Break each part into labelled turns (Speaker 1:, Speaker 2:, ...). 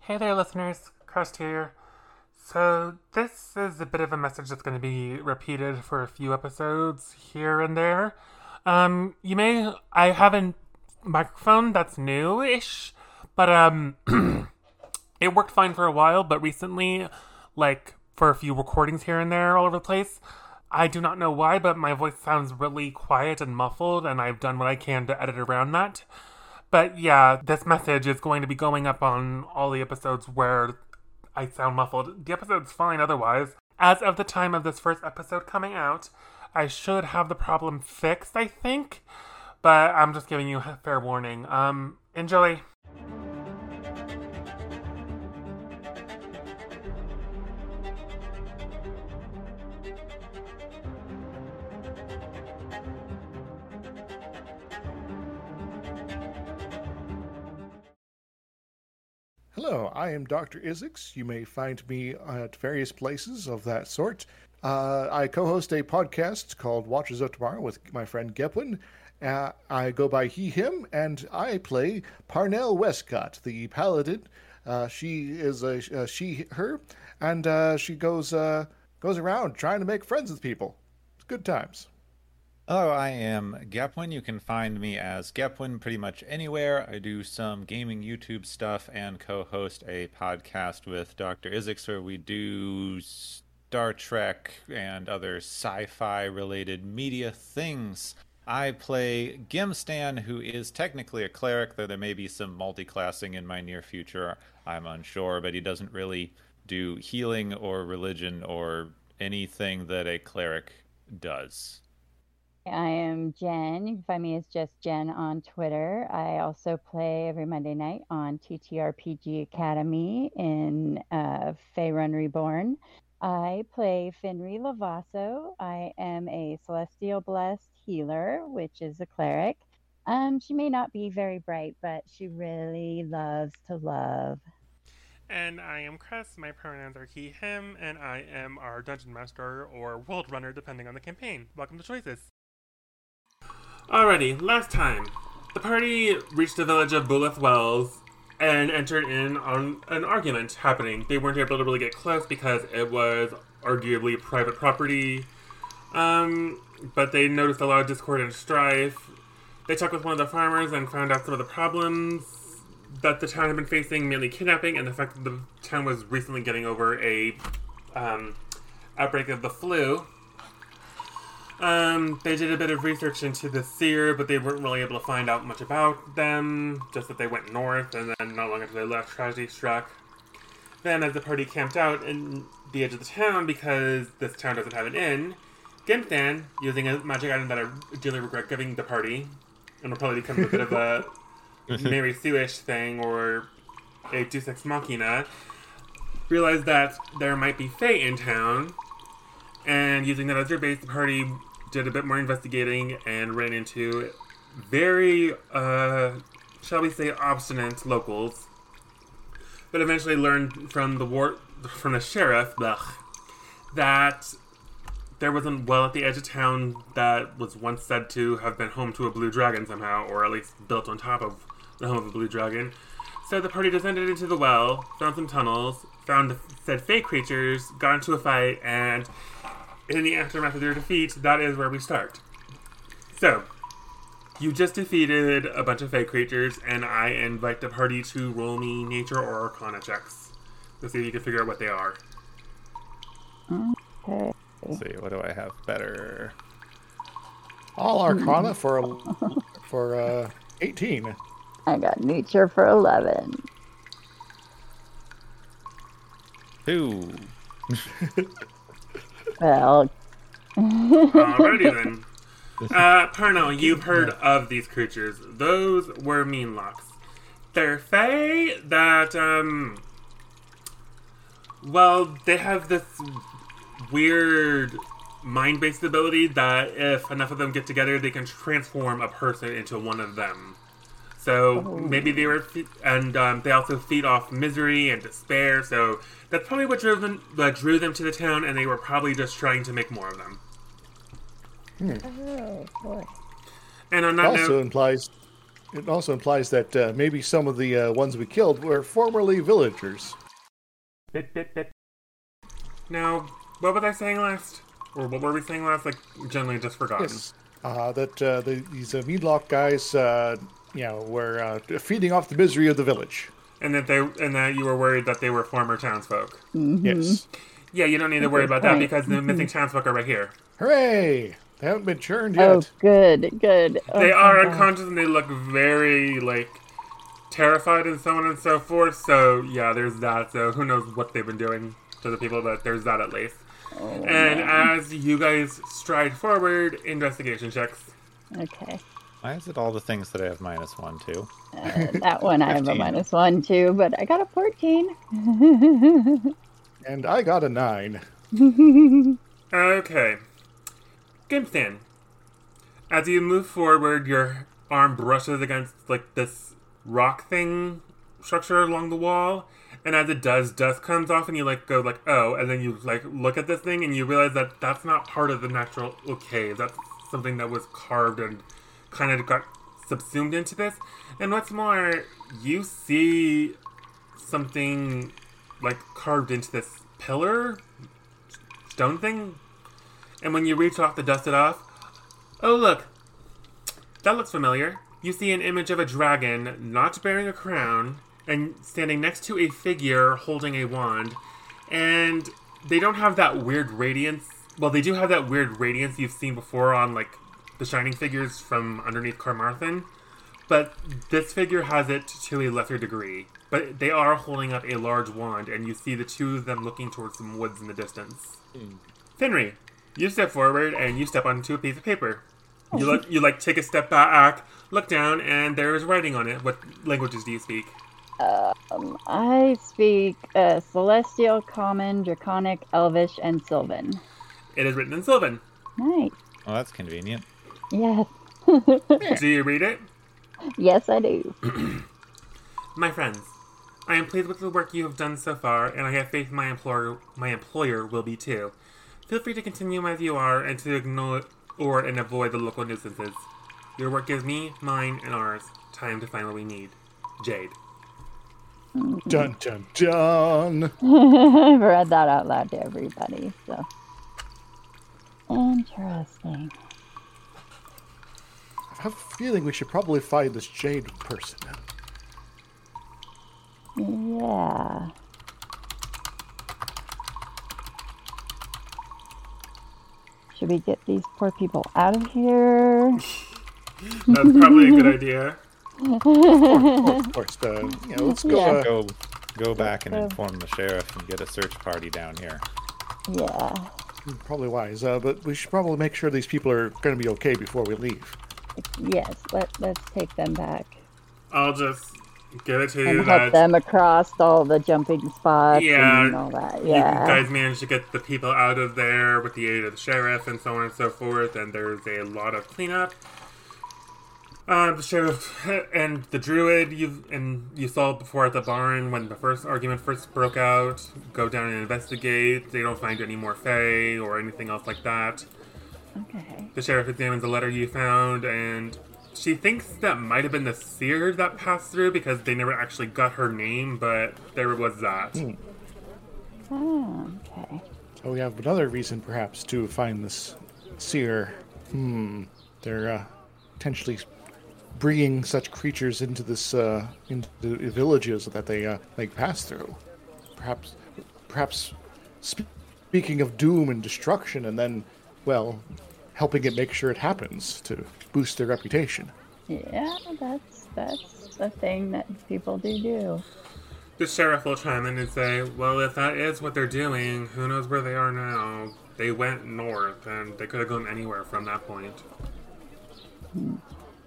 Speaker 1: Hey there, listeners. Crust here. So, this is a bit of a message that's going to be repeated for a few episodes here and there. Um, you may. I have a microphone that's new ish, but um, it worked fine for a while, but recently, like for a few recordings here and there all over the place, I do not know why, but my voice sounds really quiet and muffled, and I've done what I can to edit around that. But yeah, this message is going to be going up on all the episodes where I sound muffled. The episode's fine otherwise. As of the time of this first episode coming out, I should have the problem fixed, I think. But I'm just giving you a fair warning. Um, enjoy.
Speaker 2: Hello, I am Dr. Isaacs. You may find me at various places of that sort. Uh, I co host a podcast called Watchers of Tomorrow with my friend Geplin. Uh, I go by he, him, and I play Parnell Westcott, the paladin. Uh, she is a, a she, her, and uh, she goes, uh, goes around trying to make friends with people. It's good times.
Speaker 3: Hello, I am Gepwin. You can find me as Gepwin pretty much anywhere. I do some gaming YouTube stuff and co host a podcast with Dr. Isix where we do Star Trek and other sci fi related media things. I play Gimstan, who is technically a cleric, though there may be some multiclassing in my near future. I'm unsure, but he doesn't really do healing or religion or anything that a cleric does.
Speaker 4: I am Jen. You can find me as just Jen on Twitter. I also play every Monday night on TTRPG Academy in uh, Faerun Reborn. I play Finri Lavasso. I am a Celestial Blessed healer, which is a cleric. Um, she may not be very bright, but she really loves to love.
Speaker 1: And I am Chris. My pronouns are he, him, and I am our dungeon master or world runner, depending on the campaign. Welcome to Choices. Alrighty, last time, the party reached the village of Buleth Wells and entered in on an argument happening. They weren't able to really get close because it was arguably private property. Um, but they noticed a lot of discord and strife. They talked with one of the farmers and found out some of the problems that the town had been facing, mainly kidnapping and the fact that the town was recently getting over a um, outbreak of the flu. Um, they did a bit of research into the seer, but they weren't really able to find out much about them. Just that they went north, and then not long after they left, tragedy struck. Then, as the party camped out in the edge of the town, because this town doesn't have an inn, Gimthan, using a magic item that I dearly regret giving the party, and will probably become a bit of a Mary Sue-ish thing or a Deus Ex Machina, realized that there might be Fae in town, and using that as their base, the party did a bit more investigating and ran into very, uh, shall we say, obstinate locals. But eventually learned from the war, from the sheriff, blech, that there was a well at the edge of town that was once said to have been home to a blue dragon somehow, or at least built on top of the home of a blue dragon. So the party descended into the well, found some tunnels, found the said fake creatures, got into a fight, and in the aftermath of their defeat, that is where we start. So, you just defeated a bunch of fake creatures, and I invite the party to roll me nature or arcana checks. Let's see if you can figure out what they are.
Speaker 4: Okay.
Speaker 3: Let's see, what do I have better?
Speaker 2: All Arcana for, a- for uh, 18.
Speaker 4: I got nature for 11.
Speaker 3: Two.
Speaker 4: Well,
Speaker 1: Alrighty then. Uh, Parnell, you've heard of these creatures. Those were mean locks. They're fae that, um. Well, they have this weird mind based ability that if enough of them get together, they can transform a person into one of them. So maybe they were, fe- and um, they also feed off misery and despair. So that's probably what drove them, that drew them to the town, and they were probably just trying to make more of them.
Speaker 4: oh boy.
Speaker 1: And on that
Speaker 2: Also
Speaker 1: note,
Speaker 2: implies It also implies that uh, maybe some of the uh, ones we killed were formerly villagers.
Speaker 1: Bit, bit, bit. Now, what was I saying last? Or what were we saying last? Like, generally just forgotten.
Speaker 2: Yes. Uh, that uh, the, these uh, Meadlock guys, uh, you know, were uh, feeding off the misery of the village.
Speaker 1: And that they and that you were worried that they were former townsfolk.
Speaker 4: Mm-hmm.
Speaker 2: Yes.
Speaker 1: Yeah, you don't need to worry about that because the missing townsfolk are right here.
Speaker 2: Hooray! They haven't been churned
Speaker 4: Oh,
Speaker 2: yet.
Speaker 4: good, good. Oh,
Speaker 1: They
Speaker 4: thank
Speaker 1: are
Speaker 4: God.
Speaker 1: unconscious and they look very like terrified and so on and so forth. So yeah, there's that. So who knows what they've been doing to the people, but there's that at least.
Speaker 4: Oh,
Speaker 1: and as you guys stride forward, investigation checks.
Speaker 4: Okay.
Speaker 3: Why is it all the things that I have minus one to?
Speaker 4: Uh, that one I have a
Speaker 3: 15.
Speaker 4: minus one too, but I got a 14.
Speaker 2: And I got a nine.
Speaker 1: Okay. Gimpstan. As you move forward, your arm brushes against like this rock thing structure along the wall, and as it does, dust comes off, and you like go like oh, and then you like look at this thing, and you realize that that's not part of the natural okay. That's something that was carved and kind of got subsumed into this. And what's more, you see something like carved into this pillar stone thing. And when you reach off to dust it off, oh look, that looks familiar. You see an image of a dragon not bearing a crown and standing next to a figure holding a wand. And they don't have that weird radiance. Well, they do have that weird radiance you've seen before on like the shining figures from underneath Carmarthen. But this figure has it to a lesser degree. But they are holding up a large wand, and you see the two of them looking towards some woods in the distance. Finry, you step forward and you step onto a piece of paper. You look, you like take a step back, look down, and there is writing on it. What languages do you speak?
Speaker 4: Um, I speak uh, Celestial, Common, Draconic, Elvish, and Sylvan.
Speaker 1: It is written in Sylvan.
Speaker 4: Nice.
Speaker 3: Well, Oh, that's convenient.
Speaker 4: Yes.
Speaker 1: Do you read it?
Speaker 4: yes, I do.
Speaker 1: My friends, I am pleased with the work you have done so far, and I have faith my employer my employer will be too. Feel free to continue as you are and to ignore or and avoid the local nuisances. Your work gives me, mine, and ours time to find what we need. Jade.
Speaker 2: Dun dun dun.
Speaker 4: I've read that out loud to everybody, so. Interesting.
Speaker 2: I have a feeling we should probably find this Jade person.
Speaker 4: Yeah. Should we get these poor people out of here?
Speaker 1: That's probably a good idea.
Speaker 2: Of course, uh, you know, let's go.
Speaker 4: Yeah.
Speaker 2: Uh,
Speaker 3: Go, go back and
Speaker 4: go.
Speaker 3: inform the sheriff and get a search party down here.
Speaker 4: Yeah.
Speaker 2: probably wise, uh, but we should probably make sure these people are going to be okay before we leave.
Speaker 4: Yes. Let Let's take them back
Speaker 1: I'll just give it to you
Speaker 4: and
Speaker 1: that
Speaker 4: help them across all the jumping spots
Speaker 1: Yeah,
Speaker 4: and all that.
Speaker 1: you
Speaker 4: Yeah.
Speaker 1: guys managed to get the people out of there with the aid of the sheriff and so on and so forth, and there's a lot of cleanup. Uh, the sheriff and the druid you and you saw before at the barn when the first argument first broke out. Go down and investigate. They don't find any more fae or anything else like that.
Speaker 4: okay.
Speaker 1: The sheriff examines the letter you found, and she thinks that might have been the seer that passed through because they never actually got her name, but there was that.
Speaker 4: Ah, okay.
Speaker 2: So we have another reason, perhaps, to find this seer. Hmm. They're uh, potentially bringing such creatures into this uh, into the villages that they uh, they pass through. Perhaps, perhaps, sp- speaking of doom and destruction, and then, well, helping it make sure it happens to boost their reputation.
Speaker 4: Yeah, that's that's a thing that people do do.
Speaker 1: The sheriff will chime in and say, Well, if that is what they're doing, who knows where they are now? They went north, and they could have gone anywhere from that point.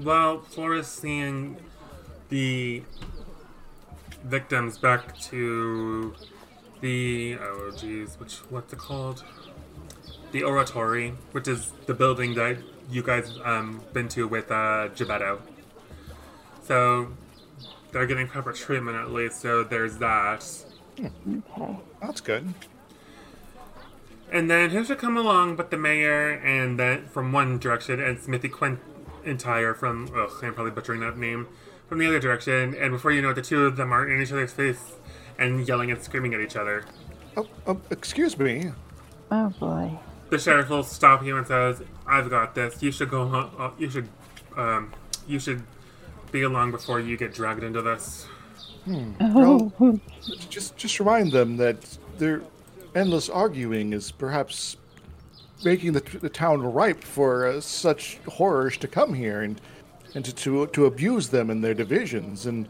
Speaker 1: well, Flores seeing the victims back to the oh geez, which what's it called? The Oratory, which is the building that you guys um been to with uh Gebetto. So they're getting proper treatment at least, so there's that.
Speaker 4: Okay.
Speaker 2: That's good.
Speaker 1: And then who should come along but the mayor and then from one direction and Smithy Quint entire from. Well, I'm probably butchering that name from the other direction, and before you know it, the two of them are in each other's face and yelling and screaming at each other.
Speaker 2: Oh, oh, excuse me.
Speaker 4: Oh boy.
Speaker 1: The sheriff will stop you and says, "I've got this. You should go. ho- uh, You should, um, you should be along before you get dragged into this."
Speaker 2: Well, just just remind them that their endless arguing is perhaps making the, the town ripe for uh, such horrors to come here and and to, to to abuse them in their divisions and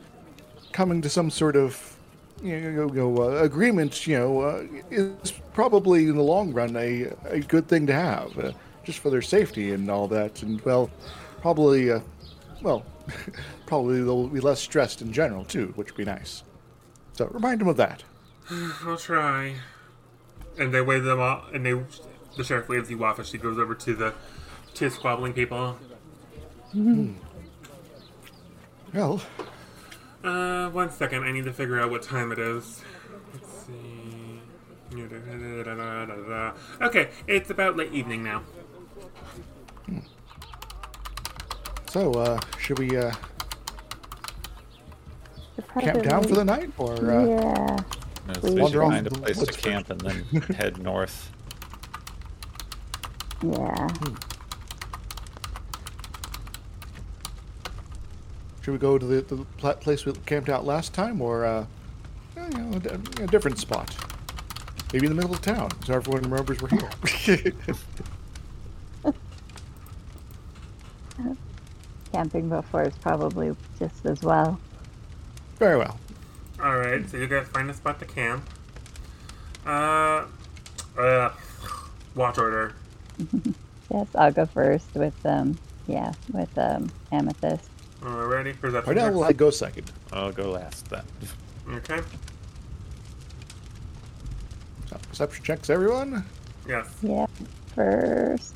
Speaker 2: coming to some sort of you know, you know, uh, agreement you know uh, is probably in the long run a, a good thing to have uh, just for their safety and all that and well probably uh, well probably they'll be less stressed in general too which would be nice so remind them of that
Speaker 1: I'll try. And they wave them off, and they the sheriff waves you off as she goes over to the two squabbling people.
Speaker 2: well
Speaker 1: Uh, one second. I need to figure out what time it is. Let's see. Okay, it's about late evening now.
Speaker 2: so uh should we uh camp
Speaker 4: Probably-
Speaker 2: down for the night or uh
Speaker 4: Yeah.
Speaker 3: Let's
Speaker 4: We-
Speaker 3: we should
Speaker 4: Wander off
Speaker 3: find a
Speaker 2: the
Speaker 3: place to
Speaker 2: woods
Speaker 3: camp and then head north.
Speaker 4: Yeah.
Speaker 1: Hmm.
Speaker 2: should we go to the, the pla- place we camped out last time or uh you know, a, di- a different spot maybe in the middle of town so everyone remembers we're here
Speaker 4: Camping before is probably just as well.
Speaker 2: very well
Speaker 1: All right, so you guys find a spot to camp. Uh, uh, watch order.
Speaker 4: Yes, I'll go first with um yeah, with um amethyst.
Speaker 1: Alrighty, perception.
Speaker 2: right now
Speaker 1: check.
Speaker 2: we'll go second
Speaker 3: I'll go last then.
Speaker 1: Okay.
Speaker 2: so perception checks everyone
Speaker 1: Yes.
Speaker 4: Yeah. First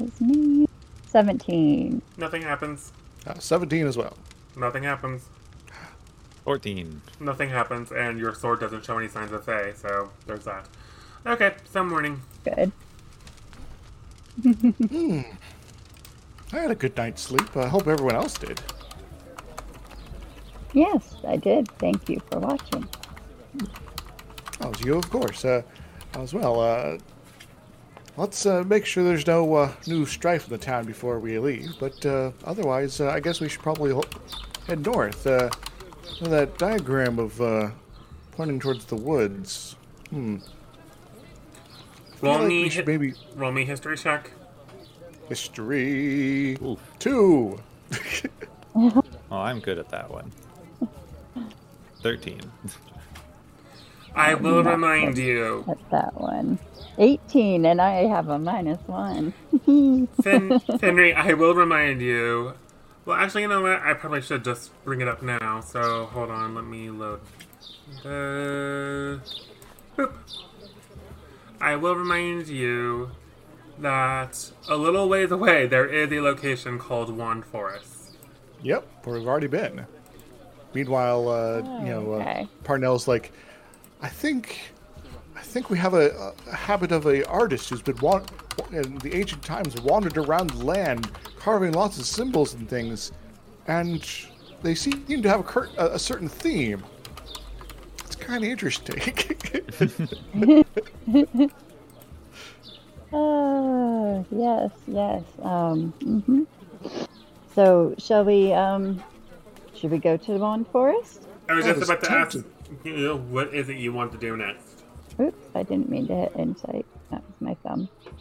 Speaker 4: is me. Seventeen.
Speaker 1: Nothing happens.
Speaker 2: uh, 17 as well
Speaker 1: Nothing happens.
Speaker 3: 14.
Speaker 1: Nothing happens, and your sword doesn't show any signs of fey, so there's that. Okay, some morning.
Speaker 4: Good.
Speaker 2: i had a good night's sleep i hope everyone else did
Speaker 4: Yes, I did. Thank you for watching.
Speaker 2: Oh, it's you, of course. Uh, as well. Uh, let's uh, make sure there's no uh, new strife in the town before we leave. But uh, otherwise, uh, I guess we should probably ho- head north. Uh, that diagram of uh, pointing towards the woods. I
Speaker 1: Roll
Speaker 2: feel like
Speaker 1: me,
Speaker 2: we
Speaker 1: hi-
Speaker 2: should maybe
Speaker 1: roll me history check.
Speaker 2: history
Speaker 3: Oof.
Speaker 2: two.
Speaker 3: Oh, I'm good at that one. 13.
Speaker 1: I will remind you.
Speaker 4: That's that one. 18, and I have a minus one. yeah,
Speaker 1: Fin- Henry, I will remind you. Well, actually, you know what? I probably should just bring it up now. So hold on, let me load. The boop. I will remind you that a little ways away there is a location called Wand Forest.
Speaker 2: Yep, where we've already been. Meanwhile, uh, you know,
Speaker 4: okay.
Speaker 2: uh, Parnell's like, I think, I think we have a, a habit of a artist who's been wan- in the ancient times wandered around the land, carving lots of symbols and things, and they seem to have a, cur- a, a certain theme. It's kind of interesting.
Speaker 4: Oh, yes, yes. Um, mhm. So, shall we, um, should we go to the Bond Forest?
Speaker 1: I was
Speaker 2: That
Speaker 1: just
Speaker 2: is
Speaker 1: about to ask
Speaker 2: tempting.
Speaker 1: you, what is it you want to do next?
Speaker 4: Oops, I didn't mean to hit insight. That was my thumb.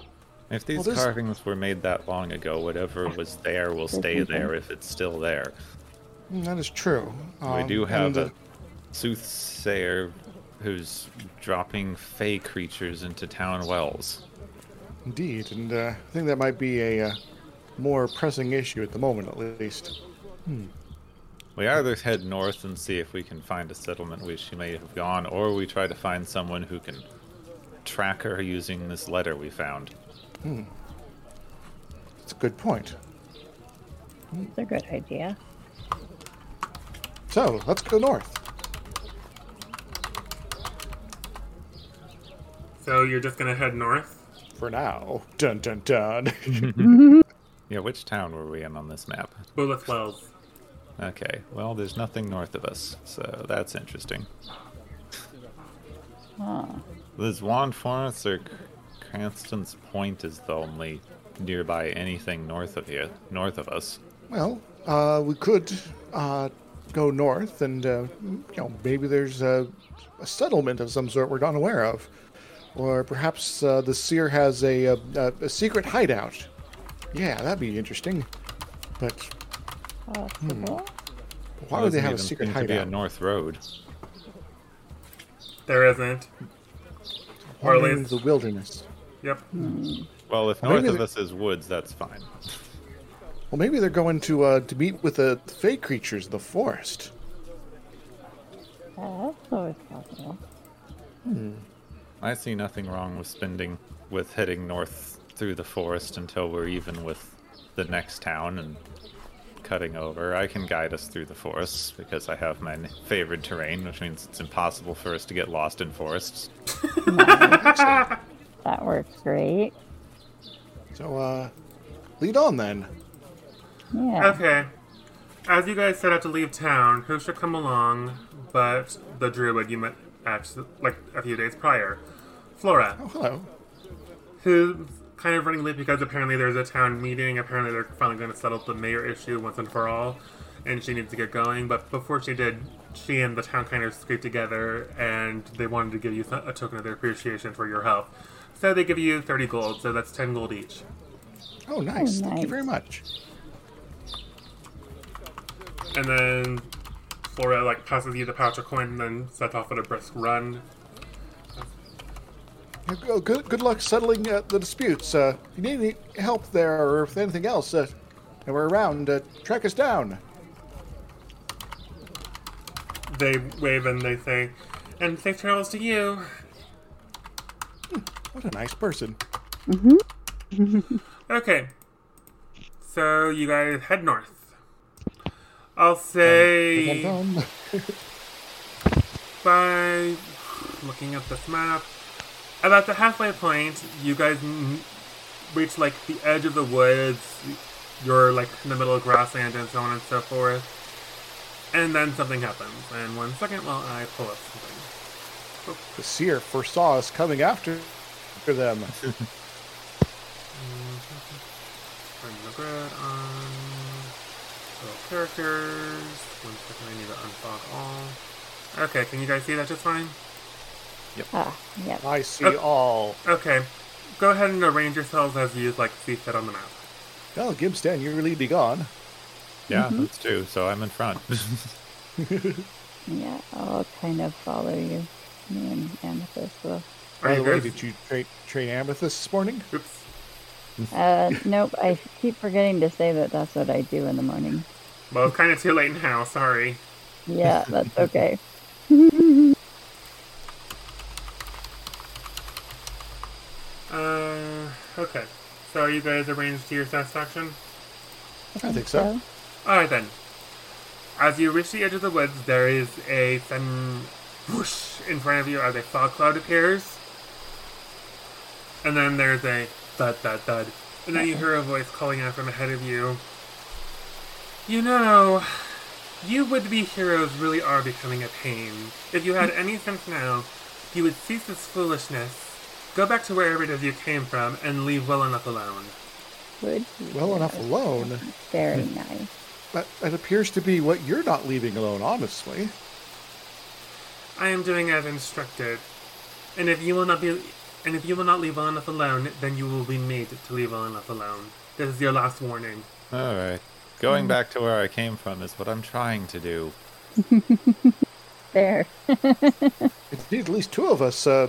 Speaker 3: If these
Speaker 2: Well, this-
Speaker 3: carvings were made that long ago, whatever was there will stay there if it's still there.
Speaker 2: that is true.
Speaker 3: we
Speaker 2: Um,
Speaker 3: do
Speaker 2: and,
Speaker 3: have a
Speaker 2: uh,
Speaker 3: soothsayer who's dropping fey creatures into town wells.
Speaker 2: Indeed, and uh, I think that might be a uh, more pressing issue at the moment, at least.
Speaker 3: We either head north and see if we can find a settlement where she may have gone, or we try to find someone who can track her using this letter we found.
Speaker 2: It's a good point.
Speaker 4: That's a good idea.
Speaker 2: So let's go north.
Speaker 1: So you're just gonna head north?
Speaker 2: For now. Dun dun dun.
Speaker 3: Yeah, which town were we in on this map?
Speaker 1: Bullet 12.
Speaker 3: Okay, well, there's nothing north of us, so that's interesting. There's Wand Forest or C- Cranston's Point is the only nearby anything north of here, north of us.
Speaker 2: Well, uh, we could uh, go north, and uh, you know maybe there's a, a settlement of some sort we're not aware of, or perhaps uh, the seer has a, a, a secret hideout. Yeah, that'd be interesting. But
Speaker 4: Possible.
Speaker 2: why would they
Speaker 3: Doesn't
Speaker 2: have a
Speaker 3: even
Speaker 2: secret
Speaker 3: seem to be a
Speaker 2: hideout?
Speaker 3: north road.
Speaker 1: There isn't. or at
Speaker 2: Wandering
Speaker 1: least-
Speaker 2: the wilderness.
Speaker 1: Yep.
Speaker 3: Well, if
Speaker 2: Well, maybe
Speaker 3: north of
Speaker 2: the-
Speaker 3: us is woods, that's fine.
Speaker 2: Well, maybe they're going to uh, to meet with the fey creatures of the forest.
Speaker 4: Uh, that's always possible.
Speaker 3: I see nothing wrong with spending with heading north through the forest until we're even with the next town and cutting over. I can guide us through the forests because I have my favorite terrain, which means it's impossible for us to get lost in forests.
Speaker 4: That works great.
Speaker 2: So, uh, lead on then.
Speaker 4: Yeah.
Speaker 1: Okay. As you guys set out to leave town, who should come along but the druid you met actually, like a few days prior? Flora,
Speaker 2: Oh, hello.
Speaker 1: who's kind of running late because apparently there's a town meeting. Apparently they're finally going to settle the mayor issue once and for all, and she needs to get going. But before she did, she and the town kind of scraped together, and they wanted to give you a token of their appreciation for your help. So they give you 30 gold, so that's 10 gold each.
Speaker 2: Oh, nice. Thank you
Speaker 4: nice.
Speaker 2: very much.
Speaker 1: And then Flora like passes you the pouch of coin and then sets off at a brisk run.
Speaker 2: Yeah, go- Good, good luck settling uh, the disputes. Uh, if you need any help there, or if anything else, uh, and we're around, uh, track us down.
Speaker 1: They wave and they say, and safe travels to you.
Speaker 2: What a nice person.
Speaker 1: Okay. So you guys head north. I'll say
Speaker 2: Dum-dum.
Speaker 1: by looking at this map. About the halfway point, you guys n- reach like the edge of the woods. You're like in the middle of grassland and so on and so forth. And then something happens. And one second while I pull up something.
Speaker 2: The seer foresaw us coming after after them.
Speaker 1: Turn the grid on. Little characters. One second, I need to unfog all. Okay, can you guys see that just fine?
Speaker 4: Ah, yep.
Speaker 2: I see all.
Speaker 1: Okay, go ahead and arrange yourselves as you like see fit on the map.
Speaker 2: Well, Gibstan, you're leading on.
Speaker 3: Yeah, that's true. So I'm in front.
Speaker 4: Yeah, I'll kind of follow you. Me and Amethyst will.
Speaker 1: Are
Speaker 2: By the
Speaker 1: you
Speaker 2: way,
Speaker 1: guys-
Speaker 2: did you tra- train Amethyst this morning?
Speaker 1: Oops.
Speaker 4: Uh, nope, I keep forgetting to say that that's what I do in the morning.
Speaker 1: Well, it's kind of too late now. Sorry.
Speaker 4: Yeah, that's okay.
Speaker 1: Uh, okay. So are you guys arranged to your satisfaction?
Speaker 2: I think so.
Speaker 1: All right then. As you reach the edge of the woods, there is a sudden whoosh in front of you as a fog cloud appears, and then there's a thud thud thud, and then you hear a voice calling out from ahead of you. You know, you would-be heroes really are becoming a pain. If you had any sense now, you would cease this foolishness, go back to wherever it is you came from, and leave well enough alone.
Speaker 4: Would you
Speaker 2: Well enough
Speaker 4: guys?
Speaker 2: alone.
Speaker 4: Very nice.
Speaker 2: That, that appears to be what you're not leaving alone, honestly.
Speaker 1: I am doing as instructed. And if you will not be and if you will not leave well enough alone, then you will be made to leave well enough alone. This is your last warning.
Speaker 3: All right. Going back to where I came from is what I'm trying to do.
Speaker 4: There.
Speaker 2: Indeed, at least two of us, uh,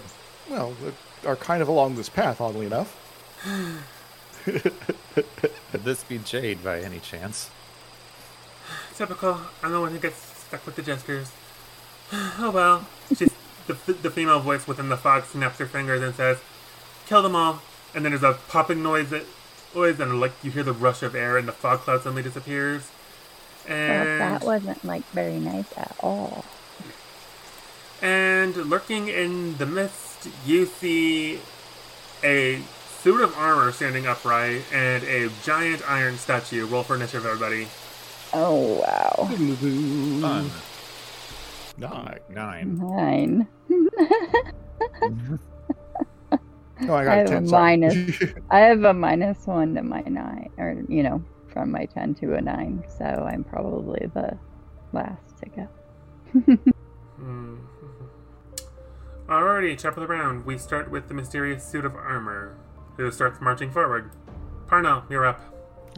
Speaker 2: well, uh, are kind of along this path, oddly enough.
Speaker 3: Could this be Jade by any chance?
Speaker 1: Typical. I'm the one who gets stuck with the gestures. Oh well. She's the, the female voice within the fog snaps her fingers and says, "Kill them all." And then there's a popping noise that noise and like you hear the rush of air and the fog cloud suddenly disappears.
Speaker 4: Well,
Speaker 1: And
Speaker 4: that wasn't like very nice at all.
Speaker 1: And lurking in the mist, you see a suit of armor standing upright and a giant iron statue. Roll for initiative, everybody.
Speaker 4: Oh, wow.
Speaker 3: Fun.
Speaker 2: Nine.
Speaker 3: Nine.
Speaker 4: Nine.
Speaker 2: No, Oh, I
Speaker 4: I
Speaker 2: got a
Speaker 4: have a
Speaker 2: ten. sorry.
Speaker 4: minus. I have a minus one to my nine, or, you know, from my 10 to a nine. So I'm probably the last to go.
Speaker 1: Hmm. Alrighty, top of the round. We start with the mysterious suit of armor, who starts marching forward. Parnell, you're up.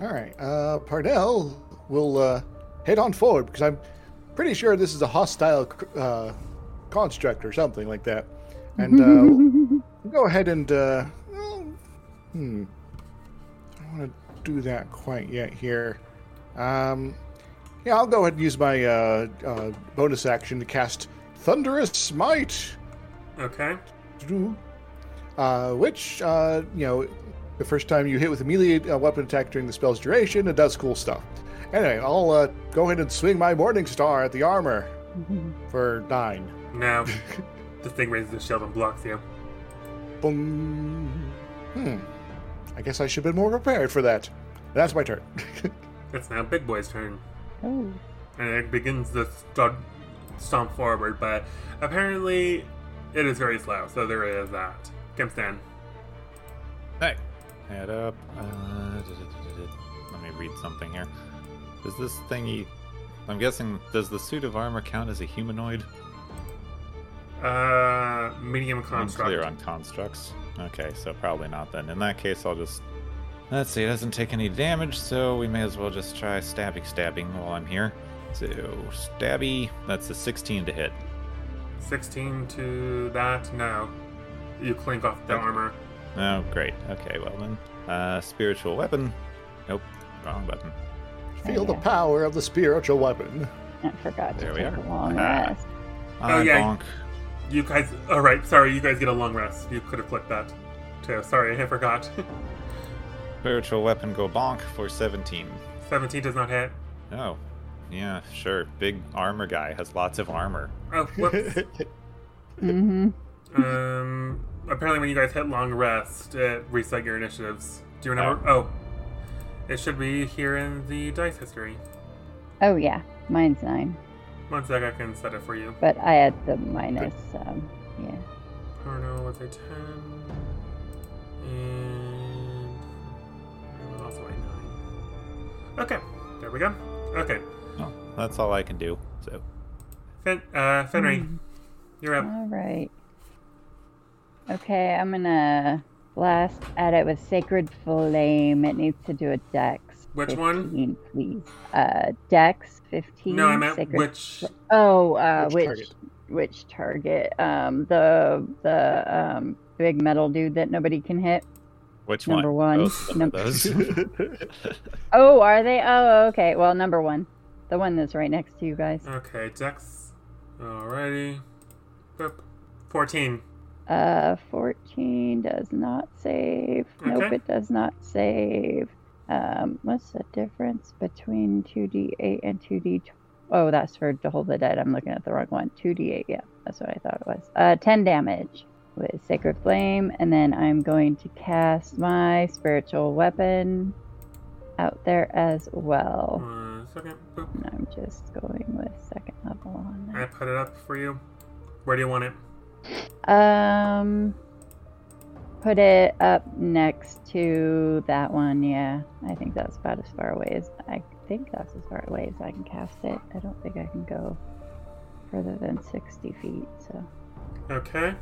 Speaker 2: All right, uh, Parnell will uh, head on forward because I'm pretty sure this is a hostile c- uh, construct or something like that. And uh, go ahead and uh, well, hmm, I don't want to do that quite yet here. Um, yeah, I'll go ahead and use my uh, uh, bonus action to cast Thunderous Smite.
Speaker 1: Okay.
Speaker 2: Drew, uh, which uh, you know, the first time you hit with a melee uh, weapon attack during the spell's duration, it does cool stuff. Anyway, I'll uh, go ahead and swing my Morning Star at the armor Mm-hmm. for nine.
Speaker 1: Now, the thing raises the shield and blocks you.
Speaker 2: Boom. Hmm. I guess I should have been more prepared for that. That's my turn.
Speaker 1: It's now Big Boy's turn.
Speaker 4: oh.
Speaker 1: and it begins to stomp, stomp forward, but apparently it is very slow, so there is that. Kimstan.
Speaker 3: Hey. Head up. Uh, Let me read something here. Does this thingy. I'm guessing, does the suit of armor count as a humanoid?
Speaker 1: Uh, medium
Speaker 3: I'm clear
Speaker 1: construct.
Speaker 3: on constructs. Okay, so probably not then. In that case, I'll just. Let's see, it doesn't take any damage, so we may as well just try stabbing stabbing while I'm here. So, stabby, that's a 16 to hit.
Speaker 1: 16 to that, no. You clink off the
Speaker 3: Okay.
Speaker 1: armor.
Speaker 3: Oh, great. Okay, well then. Uh, spiritual weapon. Nope, wrong button.
Speaker 2: Feel
Speaker 4: Oh,
Speaker 2: the power of the spiritual weapon.
Speaker 4: I forgot
Speaker 3: There
Speaker 4: to
Speaker 3: we
Speaker 4: take
Speaker 3: are.
Speaker 4: a long
Speaker 3: Ah.
Speaker 4: rest.
Speaker 1: Oh,
Speaker 3: I
Speaker 1: yeah.
Speaker 3: bonk.
Speaker 1: You guys, alright, sorry, you guys get a long rest. You could have clicked that too. Sorry, I forgot.
Speaker 3: Spiritual weapon go bonk for 17.
Speaker 1: 17 does not hit.
Speaker 3: Oh, yeah, sure. Big armor guy has lots of armor.
Speaker 1: Oh, whoops.
Speaker 4: Mm-hmm.
Speaker 1: um, apparently when you guys hit long rest, it reset your initiatives. Do you remember? oh. It should be here in the dice history.
Speaker 4: Oh yeah, mine's nine,
Speaker 1: One sec, I can set it for you.
Speaker 4: but I had the minus. Um, yeah.
Speaker 1: I don't know, let's say 10. And. I was also at 9. Okay, there we go. Okay,
Speaker 3: Oh, that's all I can do. So,
Speaker 1: Fen- uh, Fenry,
Speaker 4: Mm.
Speaker 1: you're up.
Speaker 4: All right. Okay, I'm gonna blast at it with sacred flame. It needs to do a dex.
Speaker 1: Which one?
Speaker 4: 15, Please. Uh, dex fifteen.
Speaker 1: No, I meant
Speaker 4: sacred-
Speaker 1: which.
Speaker 4: Oh, uh,
Speaker 2: Which
Speaker 4: which
Speaker 2: target?
Speaker 4: which target? Um, the the um big metal dude that nobody can hit.
Speaker 3: which
Speaker 4: Number
Speaker 3: one?
Speaker 4: one.
Speaker 3: Both
Speaker 4: Num-
Speaker 3: of those.
Speaker 4: Oh, are they? Oh, okay. Well, number one, the one that's right next to you guys.
Speaker 1: Okay, Dex. Alrighty. Boop. 14.
Speaker 4: Uh, 14 does not save. Nope,
Speaker 1: Okay.
Speaker 4: it does not save. Um, what's the difference between 2d8 and 2d12? Oh, that's for to hold the dead. I'm looking at the wrong one. 2d8, yeah, that's what I thought it was. Uh, 10 damage with Sacred Flame, and then I'm going to cast my spiritual weapon out there as well.
Speaker 1: One second. Boop.
Speaker 4: And I'm just going with second level on that.
Speaker 1: I put it up for you. Where do you want it?
Speaker 4: Um, put it up next to that one. Yeah, I think that's about as far away as I think that's as far away as I can cast it. I don't think I can go further than sixty feet. So
Speaker 1: Okay.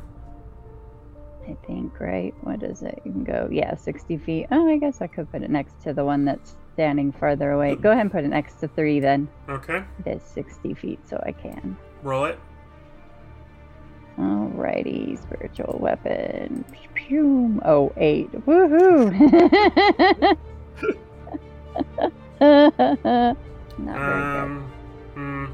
Speaker 4: I think right. What is it? You can go. Yeah, sixty feet. Oh, I guess I could put it next to the one that's standing farther away. Go ahead and put it next to three then.
Speaker 1: Okay.
Speaker 4: It is sixty feet, so I can.
Speaker 1: Roll it.
Speaker 4: Alrighty, spiritual weapon. Pew. Oh, eight. Woohoo! Not very good.
Speaker 1: Um. Hmm.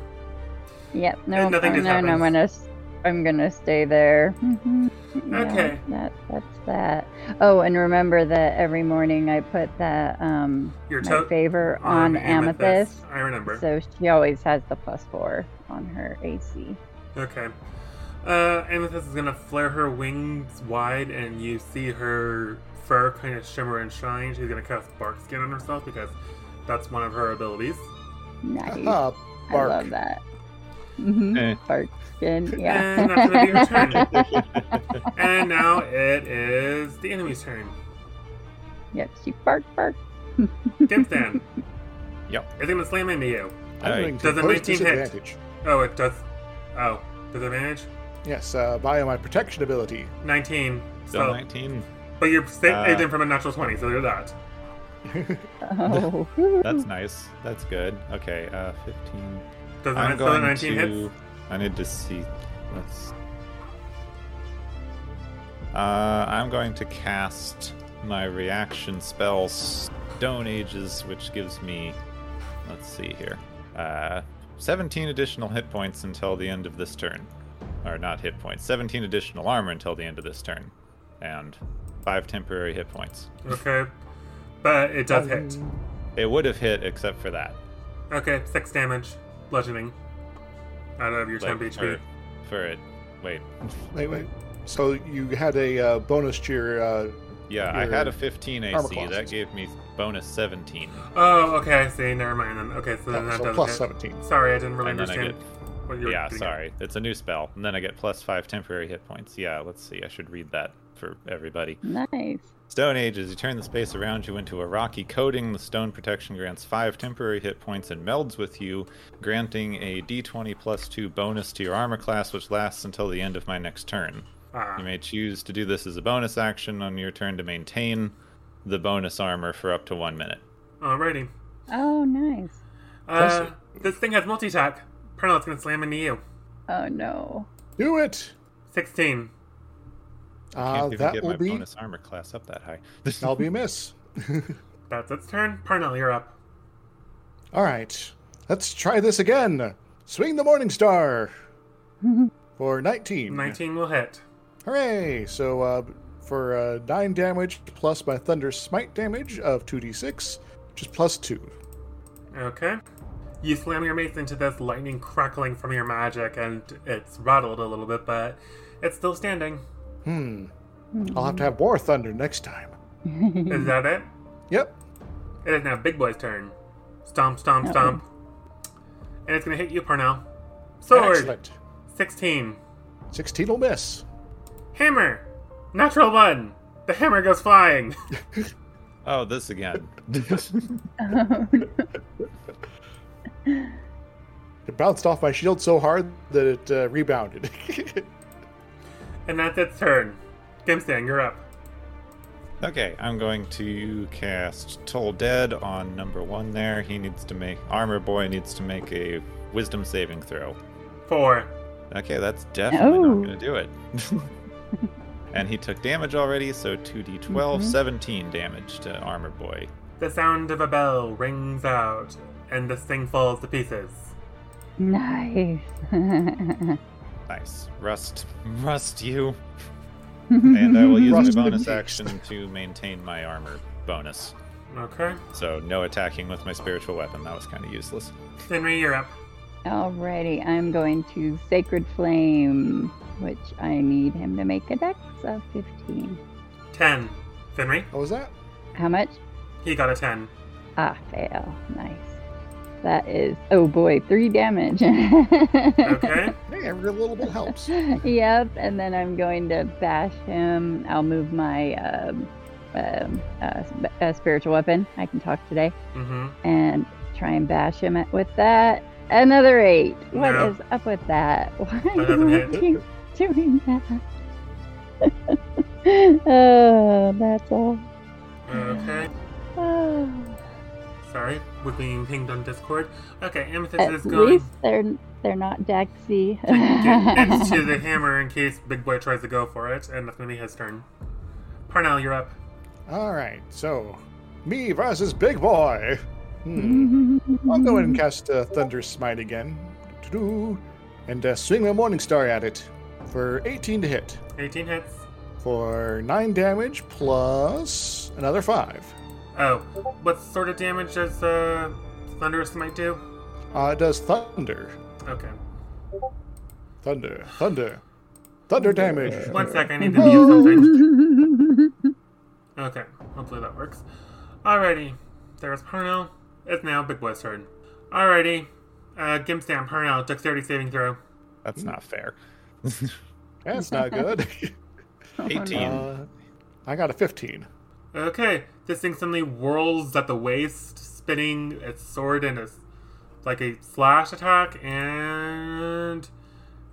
Speaker 4: Yep. No.
Speaker 1: nothing
Speaker 4: oh,
Speaker 1: just
Speaker 4: no. No. I'm
Speaker 1: happens.
Speaker 4: gonna. s- I'm gonna stay there. Mhm. Yeah,
Speaker 1: Okay.
Speaker 4: That. That's that. Oh, and remember that every morning I put that um
Speaker 1: Your Oh,
Speaker 4: my
Speaker 1: tote
Speaker 4: favor on amethyst.
Speaker 1: I remember.
Speaker 4: So she always has the plus four on her AC.
Speaker 1: Okay. Uh, Amethyst is gonna flare her wings wide, and you see her fur kind of shimmer and shine. She's gonna cast bark skin on herself because that's one of her abilities.
Speaker 4: Nice.
Speaker 2: Ah, bark.
Speaker 4: I love that. hmm
Speaker 3: Eh.
Speaker 4: Bark skin. Yeah.
Speaker 1: And that's gonna be her turn. and now it is the enemy's turn.
Speaker 4: yep. She bark bark.
Speaker 1: Dimstan.
Speaker 3: Yep.
Speaker 1: It's gonna slam into you.
Speaker 2: I'm
Speaker 3: Alright.
Speaker 2: going to
Speaker 1: Does a
Speaker 2: impose
Speaker 1: 19 hit?
Speaker 2: disadvantage.
Speaker 1: Oh, it does. Oh, disadvantage.
Speaker 2: Yes, uh, by my protection ability.
Speaker 1: Nineteen.
Speaker 3: So,
Speaker 1: So,
Speaker 3: 19.
Speaker 1: but you're
Speaker 3: Uh,
Speaker 1: saved them from a natural twenty, so there's that.
Speaker 4: Oh.
Speaker 3: That's nice. That's good. Okay, uh, 15.
Speaker 1: Does the
Speaker 3: I'm
Speaker 1: nine- so the
Speaker 3: going
Speaker 1: nineteen
Speaker 3: to.
Speaker 1: hits?
Speaker 3: I need to see. Let's. Uh, I'm going to cast my reaction spell Stone Ages, which gives me. Let's see here. Uh, 17 additional hit points until the end of this turn. Or not hit points. 17 additional armor until the end of this turn. And 5 temporary hit points.
Speaker 1: Okay, but it does hit.
Speaker 3: It would have hit except for that.
Speaker 1: Okay, six damage, bludgeoning. Out of your temp
Speaker 3: Like,
Speaker 1: HP.
Speaker 3: for, for it. Wait.
Speaker 2: Wait, wait. So you had a uh, bonus to your. Uh,
Speaker 3: Yeah, I
Speaker 2: Your
Speaker 3: had a 15
Speaker 2: armor
Speaker 3: AC. That
Speaker 2: class.
Speaker 3: gave me bonus 17.
Speaker 1: Oh, okay, I see. Never mind then. Okay, so then that
Speaker 2: yeah, Oh, uh, so
Speaker 1: does
Speaker 2: plus
Speaker 1: hit.
Speaker 2: 17.
Speaker 1: Sorry, I didn't really
Speaker 3: And then I
Speaker 1: understand what you were
Speaker 3: yeah,
Speaker 1: doing.
Speaker 3: sorry. It's a new spell. And then I get plus 5 temporary hit points. Yeah, let's see. I should read that for everybody.
Speaker 4: nice.
Speaker 3: Stone Age, as you turn the space around you into a rocky coating, the stone protection grants 5 temporary hit points and melds with you, granting a d20 plus 2 bonus to your armor class, which lasts until the end of my next turn.
Speaker 1: Ah,
Speaker 3: You may choose to do this as a bonus action on your turn to maintain the bonus armor for up to one minute. Mm.
Speaker 1: alrighty.
Speaker 4: Oh, nice.
Speaker 1: Uh, this thing has multi attack. Pernal's gonna slam into you.
Speaker 4: Oh no.
Speaker 2: Do it!
Speaker 1: 16.
Speaker 3: Can't
Speaker 2: Uh,
Speaker 3: even
Speaker 2: that
Speaker 3: get
Speaker 2: will
Speaker 3: my
Speaker 2: be.
Speaker 3: bonus armor class up that high.
Speaker 2: That'll be a miss.
Speaker 1: That's its turn. Parnell, you're up.
Speaker 2: All right, let's try this again. Swing the Morning Star for
Speaker 3: Mm-hmm.
Speaker 2: 19.
Speaker 1: 19 will hit.
Speaker 2: Hooray! So uh, for uh, 9 damage plus my Thunder Smite damage of 2d6, which is plus 2.
Speaker 1: Okay. You slam your mace into this lightning crackling from your magic, and it's rattled a little bit, but it's still standing.
Speaker 2: Hmm. I'll have to have more Thunder next time.
Speaker 1: Is that it?
Speaker 2: Yep.
Speaker 1: It is now Big Boy's turn. Stomp, stomp, stomp. And it's gonna hit you, Parnell. Sword!
Speaker 2: Excellent.
Speaker 1: 16.
Speaker 2: 16 will miss.
Speaker 1: Hammer! Natural one! The hammer goes flying!
Speaker 3: Oh, this again.
Speaker 2: It bounced off my shield so hard that it uh, rebounded.
Speaker 1: and that's its turn. Dimstan, you're up.
Speaker 3: okay, I'm going to cast Toll Dead on number one there. He needs to make Armor Boy needs to make a Wisdom saving throw.
Speaker 1: Four.
Speaker 3: Okay, that's definitely
Speaker 4: Oh.
Speaker 3: not going to do it. and he took damage already, so 2d12, 17 damage to Armor Boy.
Speaker 1: The sound of a bell rings out, and this thing falls to pieces.
Speaker 4: nice.
Speaker 3: Nice. Rust. Rust you. and I will use
Speaker 2: Rust
Speaker 3: my
Speaker 2: the
Speaker 3: bonus
Speaker 2: beast.
Speaker 3: action to maintain my armor bonus.
Speaker 1: Okay.
Speaker 3: So no attacking with my spiritual weapon. That was kind of useless.
Speaker 1: Henry, you're up.
Speaker 4: Alrighty, I'm going to Sacred Flame, which I need him to make a dex of 15.
Speaker 1: Ten. Henry,
Speaker 2: what was that?
Speaker 4: How much?
Speaker 1: he got a ten.
Speaker 4: Ah, fail. Nice. That is, oh boy, three damage.
Speaker 1: Okay.
Speaker 2: Hey, every little bit helps.
Speaker 4: yep, and then I'm going to bash him. I'll move my um, um, uh, sp- uh, spiritual weapon. I can talk today.
Speaker 1: mm-hmm.
Speaker 4: and try and bash him at- with that. Another eight. What is
Speaker 1: No.
Speaker 4: up with that? Why
Speaker 1: doesn't
Speaker 4: do
Speaker 1: hit.
Speaker 4: we keep doing that? oh, that's all.
Speaker 1: Okay.
Speaker 4: Oh,
Speaker 1: Sorry, we're being pinged on Discord. Okay, Amethyst
Speaker 4: at
Speaker 1: is going
Speaker 4: least they're they're not Daxy.
Speaker 1: to get next to the hammer in case Big Boy tries to go for it, and that's gonna be his turn. Parnell, you're up.
Speaker 2: All right, so me versus Big Boy. Hmm. I'll go
Speaker 4: Mm-hmm.
Speaker 2: ahead and cast uh, Thunder Smite again. Doo-doo-doo. And uh, swing my Morning Star at it for 18 to hit.
Speaker 1: 18 hits.
Speaker 2: For 9 damage plus another 5.
Speaker 1: Oh, what sort of damage does uh, Thunderous Might do?
Speaker 2: Uh, it does thunder.
Speaker 1: Okay.
Speaker 2: Thunder. Thunder. Thunder damage.
Speaker 1: One sec, I need to mute something. Okay, hopefully that works. Alrighty, there was Parnell. It's now Big Boy's turn. Alrighty, uh, Gimstam, Parnell, dexterity saving throw.
Speaker 3: That's not fair.
Speaker 2: That's not good.
Speaker 3: 18.
Speaker 2: uh, I got a 15.
Speaker 1: Okay, this thing suddenly whirls at the waist, spinning its sword in a s- like a slash attack, and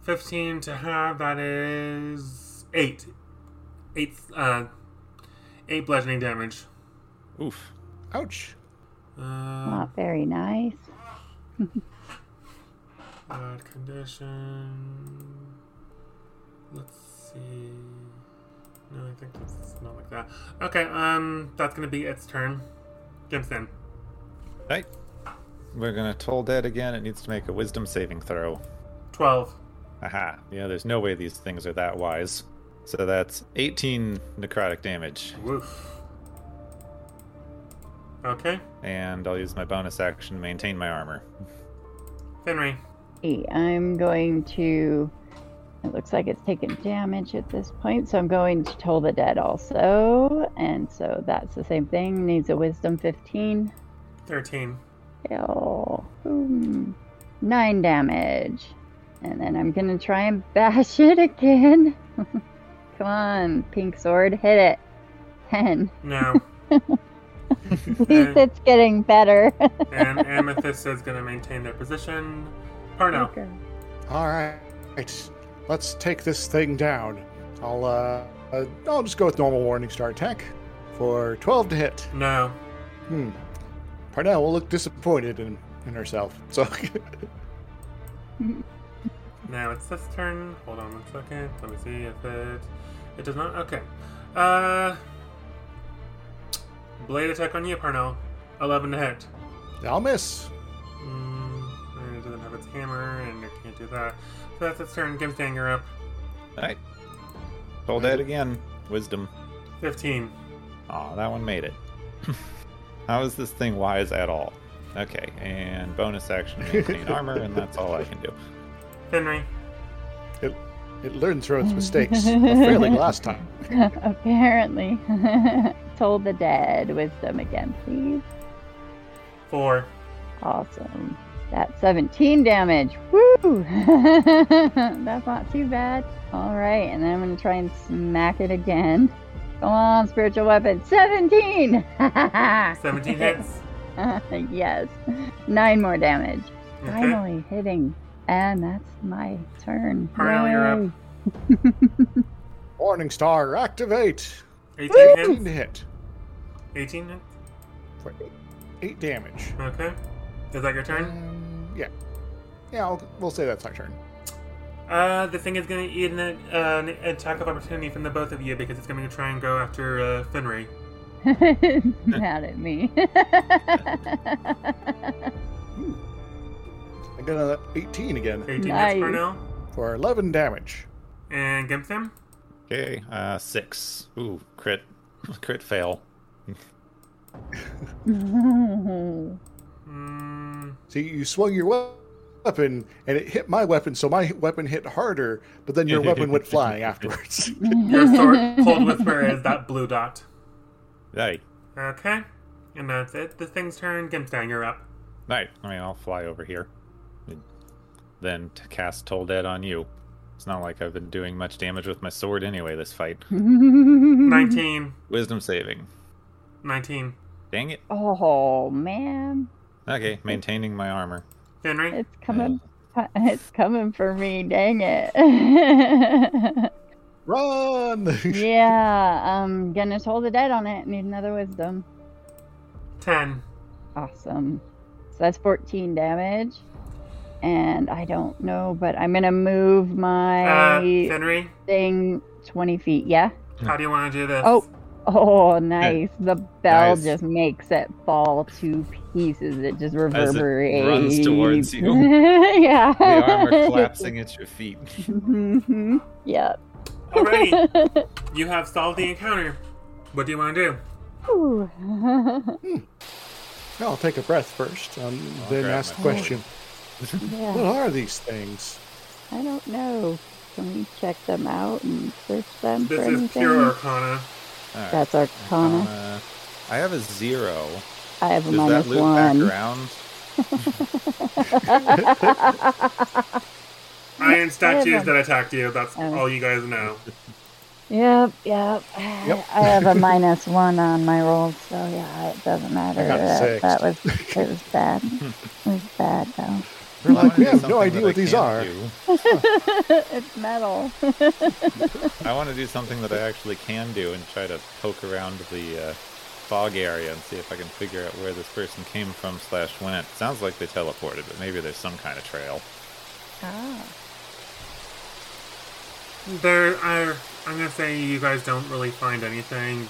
Speaker 1: fifteen to have that is eight, eight, uh, eight bludgeoning damage.
Speaker 3: Oof.
Speaker 2: Ouch.
Speaker 1: Uh,
Speaker 4: Not very nice.
Speaker 1: bad condition. Let's see. No, I think it's not like that. Okay, um, that's gonna be its turn. Gimson.
Speaker 3: Right. We're gonna toll dead again. It needs to make a wisdom saving throw.
Speaker 1: Twelve.
Speaker 3: Aha. Yeah, there's no way these things are that wise. So that's 18 necrotic damage.
Speaker 1: Woof. Okay,
Speaker 3: And I'll use my bonus action to maintain my armor.
Speaker 1: Henry.
Speaker 4: Hey, I'm going to. It looks like it's taking damage at this point, so I'm going to Toll the Dead also. And so that's the same thing. Needs a Wisdom 15.
Speaker 1: 13.
Speaker 4: Ew. Boom. Nine damage. And then I'm going to try and bash it again. Come on, pink sword, hit it. Ten.
Speaker 1: No.
Speaker 4: At least it's getting better.
Speaker 1: and Amethyst is going to maintain their position. Parno.
Speaker 4: Okay.
Speaker 2: All right. Let's take this thing down. I'll uh, uh I'll just go with normal warning star attack for 12 to hit.
Speaker 1: No.
Speaker 2: Hmm. Parnell will look disappointed in, in herself. So
Speaker 1: Now it's this turn. Hold on one second. Let me see if it. It does not. Okay. Uh. Blade attack on you, Parno. 11 to hit.
Speaker 2: I'll miss.
Speaker 1: Mm, and it doesn't have its hammer, and it can't do that. So that's its turn. Gimstang, you're up.
Speaker 3: Alright. Toll dead again. Wisdom.
Speaker 1: 15.
Speaker 3: Aw, that one made it. How is this thing wise at all? Okay, and bonus action to maintain armor, and that's all I can do.
Speaker 1: Henry.
Speaker 2: It it learns from its mistakes of failing last time.
Speaker 4: Apparently. Toll the Dead wisdom again, please.
Speaker 1: 4.
Speaker 4: Awesome. That's 17 damage. Woo! That's not too bad. All right, and then I'm going to try and smack it again. Come on, spiritual weapon. 17!
Speaker 1: 17 hits.
Speaker 4: yes. Nine more damage.
Speaker 1: Okay.
Speaker 4: Finally hitting. And that's my turn.
Speaker 1: Parnell, you're up.
Speaker 4: Yay.
Speaker 2: Warning star activate.
Speaker 1: 18
Speaker 2: 18 to
Speaker 1: hits.
Speaker 2: hit
Speaker 1: 18 hits.
Speaker 2: for eight, eight damage.
Speaker 1: Okay. Is that your
Speaker 4: Mm.
Speaker 1: turn?
Speaker 2: Um, yeah. Yeah, I'll, we'll say that's my turn.
Speaker 1: Uh, the thing is going to eat an, uh, an attack of opportunity from the both of you because it's going to try and go after uh, Fenry.
Speaker 4: Mad at me.
Speaker 2: I got another 18 again
Speaker 1: 18
Speaker 4: Nice.
Speaker 1: hits for now.
Speaker 2: for 11 damage.
Speaker 1: And Gimthim?
Speaker 3: Okay, uh, six. Ooh, crit. Crit fail.
Speaker 1: Mm,
Speaker 2: So you swung your we- weapon and it hit my weapon, so my weapon hit harder, but then your weapon went flying afterwards.
Speaker 1: your sword, Cold Whisper, is that blue dot.
Speaker 3: Right.
Speaker 1: Okay. And that's it. The thing's turn. Gimstein, you're up.
Speaker 3: Right. I mean, I'll fly over here. and Then to cast Toll Dead on you. It's not like I've been doing much damage with my sword anyway this fight.
Speaker 4: Mm-hmm.
Speaker 1: 19.
Speaker 3: Wisdom saving.
Speaker 1: 19.
Speaker 3: Dang it.
Speaker 4: Oh man,
Speaker 3: Okay, maintaining my armor.
Speaker 1: Fenry?
Speaker 4: it's coming.
Speaker 3: Uh.
Speaker 4: It's coming for me. Dang it.
Speaker 2: Run!
Speaker 4: yeah, I'm gonna toll the dead on it. Need another wisdom.
Speaker 1: 10.
Speaker 4: Awesome. So that's 14 damage. And I don't know, but I'm gonna move
Speaker 1: Uh,
Speaker 4: my
Speaker 1: Fenry,
Speaker 4: thing 20 feet. Yeah.
Speaker 1: how do you want to do this?
Speaker 4: Oh. Oh, nice. The bell
Speaker 3: Nice.
Speaker 4: just makes it fall to pieces. It just reverberates.
Speaker 3: runs towards you.
Speaker 4: yeah.
Speaker 3: The armor collapsing at your feet.
Speaker 4: hmm Yeah.
Speaker 1: Alrighty. you have solved the encounter. What do you want to do?
Speaker 4: Ooh.
Speaker 2: Well, I'll take a breath first, um,
Speaker 3: I'll
Speaker 2: then
Speaker 3: grab
Speaker 2: ask the
Speaker 3: my
Speaker 2: question What
Speaker 4: yeah.
Speaker 2: are these things?
Speaker 4: I don't know. Can we check them out and search them
Speaker 1: This
Speaker 4: for
Speaker 1: is
Speaker 4: anything?
Speaker 1: pure Arcana.
Speaker 3: All right.
Speaker 4: That's our Arcana.
Speaker 3: Arcana. I have a zero.
Speaker 4: I have a
Speaker 3: Does that
Speaker 4: minus
Speaker 3: loop
Speaker 4: one.
Speaker 3: back around?
Speaker 1: Iron statues
Speaker 4: one.
Speaker 1: that attacked you. That's
Speaker 4: Oh.
Speaker 1: all you guys know.
Speaker 4: Yep, yep.
Speaker 2: Yep.
Speaker 4: I have a minus one on my rolls, so yeah, it doesn't matter.
Speaker 2: got
Speaker 4: That,
Speaker 2: six.
Speaker 4: that was it was bad. it was bad though.
Speaker 3: Rely
Speaker 2: Like, Uh, we
Speaker 3: on
Speaker 2: have no
Speaker 3: something
Speaker 2: idea
Speaker 3: that I
Speaker 2: what these
Speaker 3: can
Speaker 2: are.
Speaker 3: do.
Speaker 4: it's metal.
Speaker 3: I want to do something that I actually can do and try to poke around the uh, fog area and see if I can figure out where this person came from slash went. Sounds like they teleported, but maybe there's some kind of trail.
Speaker 4: Ah.
Speaker 1: There are. I'm gonna say you guys don't really find anything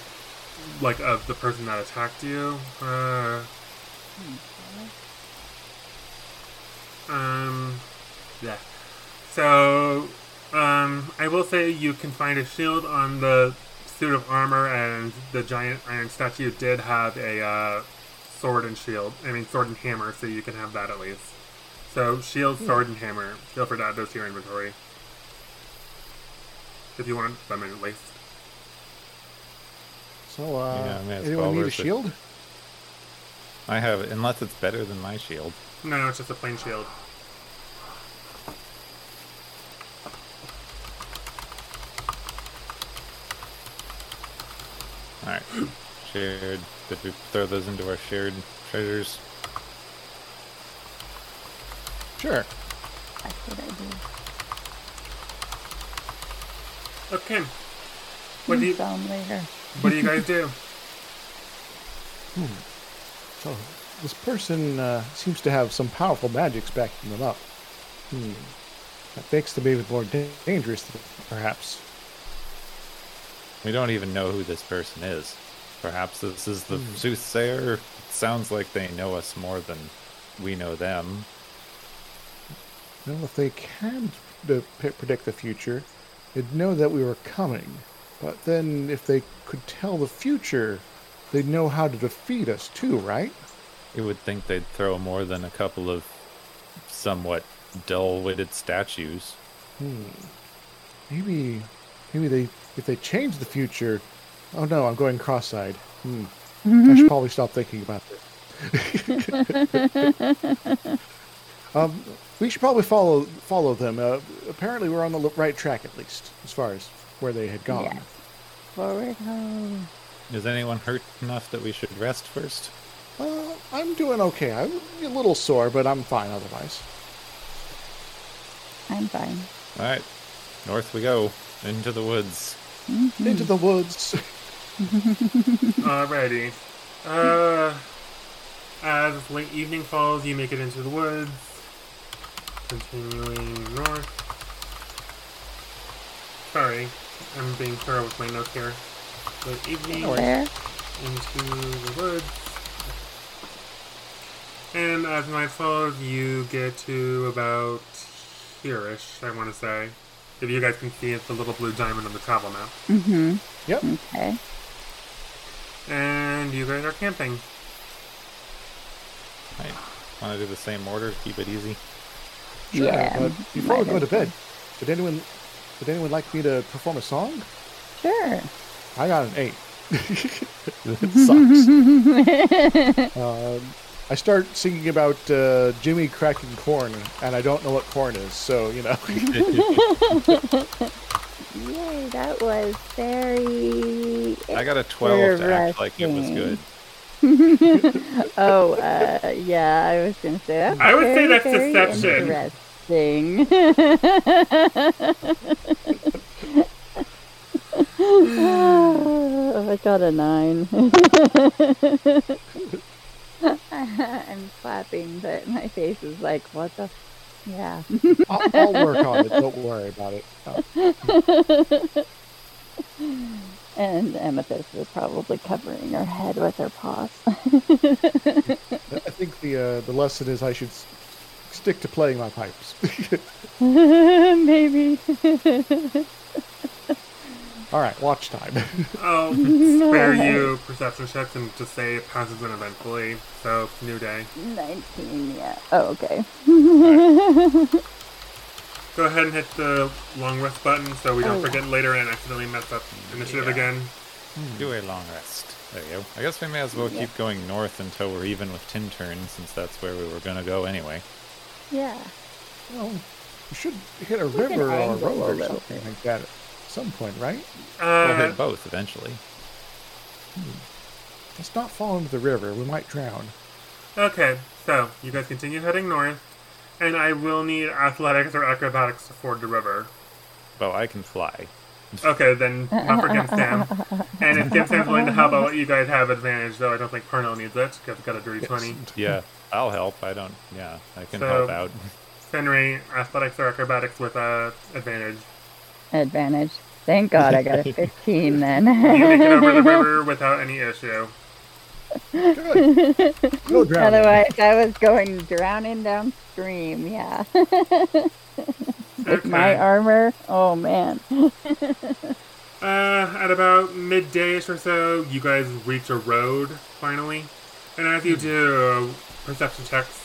Speaker 1: like of the person that attacked you. Uh, um, yeah. So, um, I will say you can find a shield on the suit of armor, and the giant iron statue did have a uh, sword and shield. I mean, sword and hammer. So you can have that at least. So shield, sword, and hammer. Feel free to add those to your inventory if you want them at least.
Speaker 2: So, uh,
Speaker 3: Yeah, I mean, it's well
Speaker 2: anyone need a
Speaker 3: worth it.
Speaker 2: shield?
Speaker 3: I have, unless it's better than my shield.
Speaker 1: No, it's just a plain shield.
Speaker 3: All right, shared. Did we throw those into our shared treasures?
Speaker 2: Sure.
Speaker 4: That's what I do.
Speaker 1: Okay. What do you
Speaker 4: Sell 'em later.
Speaker 1: What do you guys do?
Speaker 2: So, this person uh, seems to have some powerful magics backing them up. Hmm. That makes them even more da- dangerous, perhaps.
Speaker 3: We don't even know who this person is. Perhaps this is the soothsayer. It sounds like they know us more than we know them.
Speaker 2: Well, if they can p- p- predict the future, they'd know that we were coming. But then, if they could tell the future, they'd know how to defeat us too, right?
Speaker 3: You would think they'd throw more than a couple of somewhat dull-witted statues.
Speaker 2: Maybe, maybe they if they change the future. Oh no, I'm going cross-eyed. Hmm. I should probably stop thinking about this. um, we should probably follow follow them. Uh, apparently, we're on the l- right track at least, as far as where they had gone.
Speaker 4: Yes. Forward home.
Speaker 3: Is anyone hurt enough that we should rest first?
Speaker 2: Uh, I'm doing okay. I'm a little sore, but I'm fine otherwise.
Speaker 4: I'm fine.
Speaker 3: All right, north we go into the woods.
Speaker 4: Mm-hmm.
Speaker 2: Into the woods.
Speaker 1: Alrighty. Uh, as late evening falls, you make it into the woods, continuing north. Sorry, I'm being thorough with my notes here. Late evening.
Speaker 4: Where?
Speaker 1: into the woods. And as night falls, you get to about here-ish, I want to say. If you guys can see it, the little blue diamond on the travel map.
Speaker 4: Mm-hmm.
Speaker 2: Yep.
Speaker 4: Okay.
Speaker 1: And you guys are camping.
Speaker 3: I want to do the same order, keep it easy.
Speaker 2: Sure,
Speaker 4: Yeah,
Speaker 2: but before we
Speaker 4: might
Speaker 2: go to
Speaker 4: as well.
Speaker 2: bed, would anyone would anyone like me to perform a song?
Speaker 4: Sure.
Speaker 2: I got an eight. it sucks. um, I start singing about uh, Jimmy cracking corn, and I don't know what corn is, so you know.
Speaker 4: Yay, that was very.
Speaker 3: I got a 12 to act like it was good.
Speaker 4: Oh, uh, yeah, I was gonna say that.
Speaker 1: I would say that's deception.
Speaker 4: Interesting. oh, I got a nine. I'm clapping, but my face is like, what the? F-? Yeah.
Speaker 2: I'll, I'll work on it. Don't worry about it. Uh,
Speaker 4: And Amethyst is probably covering her head with her paws.
Speaker 2: I think the uh, the lesson is I should s- stick to playing my pipes.
Speaker 4: Maybe.
Speaker 2: All right, watch time.
Speaker 1: I'll Oh, spare you perception checks and just say it passes uneventfully. So, new day.
Speaker 4: 19, yeah. Oh, okay.
Speaker 1: Go ahead and hit the long rest button so we don't
Speaker 4: Oh, yeah.
Speaker 1: forget later and accidentally mess up initiative
Speaker 3: Yeah.
Speaker 1: again.
Speaker 3: Do a long rest. There you go. I guess we may as well keep going north until we're even with Tintern, since that's where we were going to go anyway.
Speaker 4: Yeah.
Speaker 2: Well, we should hit a river or a
Speaker 4: angle a
Speaker 2: road or
Speaker 4: little
Speaker 2: something like that at some point, right?
Speaker 3: We'll
Speaker 1: Uh,
Speaker 3: hit both eventually.
Speaker 2: Let's not fall into the river. We might drown.
Speaker 1: okay, so you guys continue heading north, and I will need athletics or acrobatics to ford the river.
Speaker 3: Well, I can fly.
Speaker 1: Okay, then not for Gimstam. and if Gimstam's willing to help, I'll let you guys have advantage, though I don't think Parnell needs it, because I've got a dirty 20.
Speaker 3: Yeah, I'll help. I don't. Yeah, I can
Speaker 1: So-
Speaker 3: help out.
Speaker 1: Henry, athletics or acrobatics with uh, advantage.
Speaker 4: Advantage. Thank God I got a 15 then.
Speaker 1: You make it over the river without any issue.
Speaker 2: Good. No drowning.
Speaker 4: Otherwise, I was going drowning downstream. Yeah. With my
Speaker 1: Okay.
Speaker 4: armor. Oh, man.
Speaker 1: Uh, at about middayish or so, you guys reach a road finally, and as
Speaker 4: Hmm.
Speaker 1: you do, perception checks.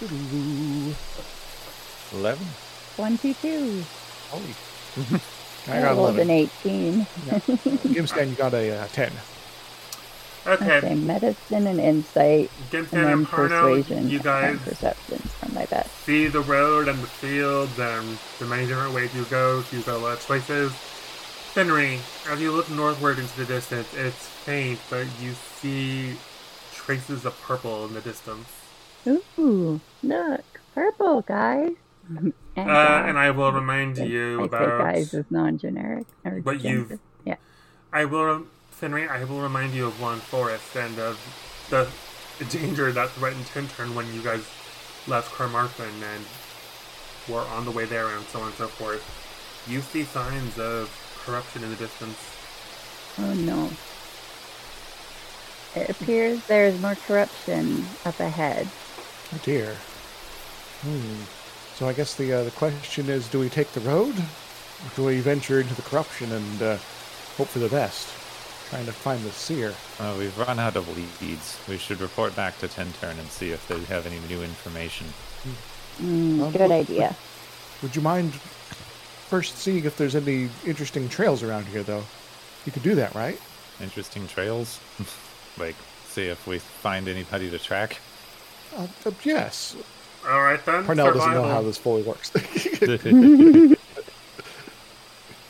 Speaker 2: Toodaloo.
Speaker 3: Eleven.
Speaker 4: 22.
Speaker 2: Holy.
Speaker 4: I
Speaker 2: I got
Speaker 4: rolled
Speaker 2: 11.
Speaker 4: an 18.
Speaker 2: Gimstan, you got a uh, 10.
Speaker 1: Okay,
Speaker 4: Okay, medicine and insight, and
Speaker 1: Gimstan
Speaker 4: then
Speaker 1: and Parno,
Speaker 4: persuasion
Speaker 1: you guys
Speaker 4: and perceptions from my best.
Speaker 1: see the road and the fields and the many different ways you go. You got a lot of choices. Henry, as you look northward into the distance, it's faint, but you see traces of purple in the distance.
Speaker 4: Ooh, look, purple, guys. and,
Speaker 1: Uh, and I will remind you
Speaker 4: I
Speaker 1: about.
Speaker 4: say guys is non-generic. Or
Speaker 1: But you've-
Speaker 4: gender. Yeah.
Speaker 1: I will, rem- Fenrir, I will remind you of one forest and of the danger that threatened Tintern when you guys left Carmarthen and were on the way there and so on and so forth. You see signs of corruption in the distance.
Speaker 4: Oh, no. It appears there is more corruption up ahead.
Speaker 2: Oh dear. Hmm. So I guess the uh, the question is, do we take the road, or do we venture into the corruption and uh, hope for the best, trying to find the seer?
Speaker 3: Uh, we've run out of leads. We should report back to Tintern and see if they have any new information.
Speaker 4: Mm,
Speaker 2: Um,
Speaker 4: good
Speaker 2: we-
Speaker 4: idea.
Speaker 2: Would you mind first seeing if there's any interesting trails around here, though? You could do that, right?
Speaker 3: Interesting trails. like, see if we find anybody to track.
Speaker 2: Uh, uh, yes.
Speaker 1: All right then.
Speaker 2: Parnell doesn't know
Speaker 1: survival.
Speaker 2: how this fully works.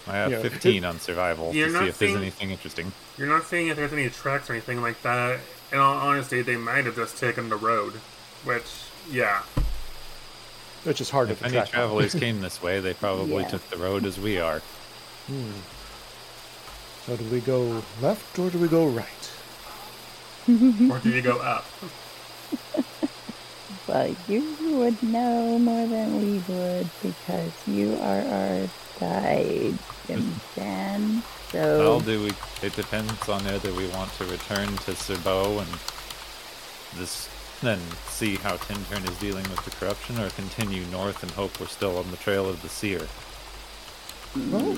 Speaker 3: I have
Speaker 2: Yeah.
Speaker 3: 15 on survival
Speaker 1: You're
Speaker 3: to
Speaker 1: not
Speaker 3: see if there's
Speaker 1: seeing-
Speaker 3: anything interesting.
Speaker 1: You're not seeing if there's any tracks or anything like that. In all honesty, they might have just taken the road, which, yeah.
Speaker 2: Which is hard
Speaker 3: If
Speaker 2: to
Speaker 3: any
Speaker 2: track.
Speaker 3: travelers came this way, they probably
Speaker 4: Yeah.
Speaker 3: took the road as we are.
Speaker 2: So do we go left or do we go right?
Speaker 1: Or do you go up?
Speaker 4: Well, you would know more than we would because you are our guide, Jim Jan.
Speaker 3: Well,
Speaker 4: So
Speaker 3: do we? It depends on whether we want to return to Serbo and this, then see how Tintern is dealing with the corruption, or continue north and hope we're still on the trail of the seer.
Speaker 2: Well,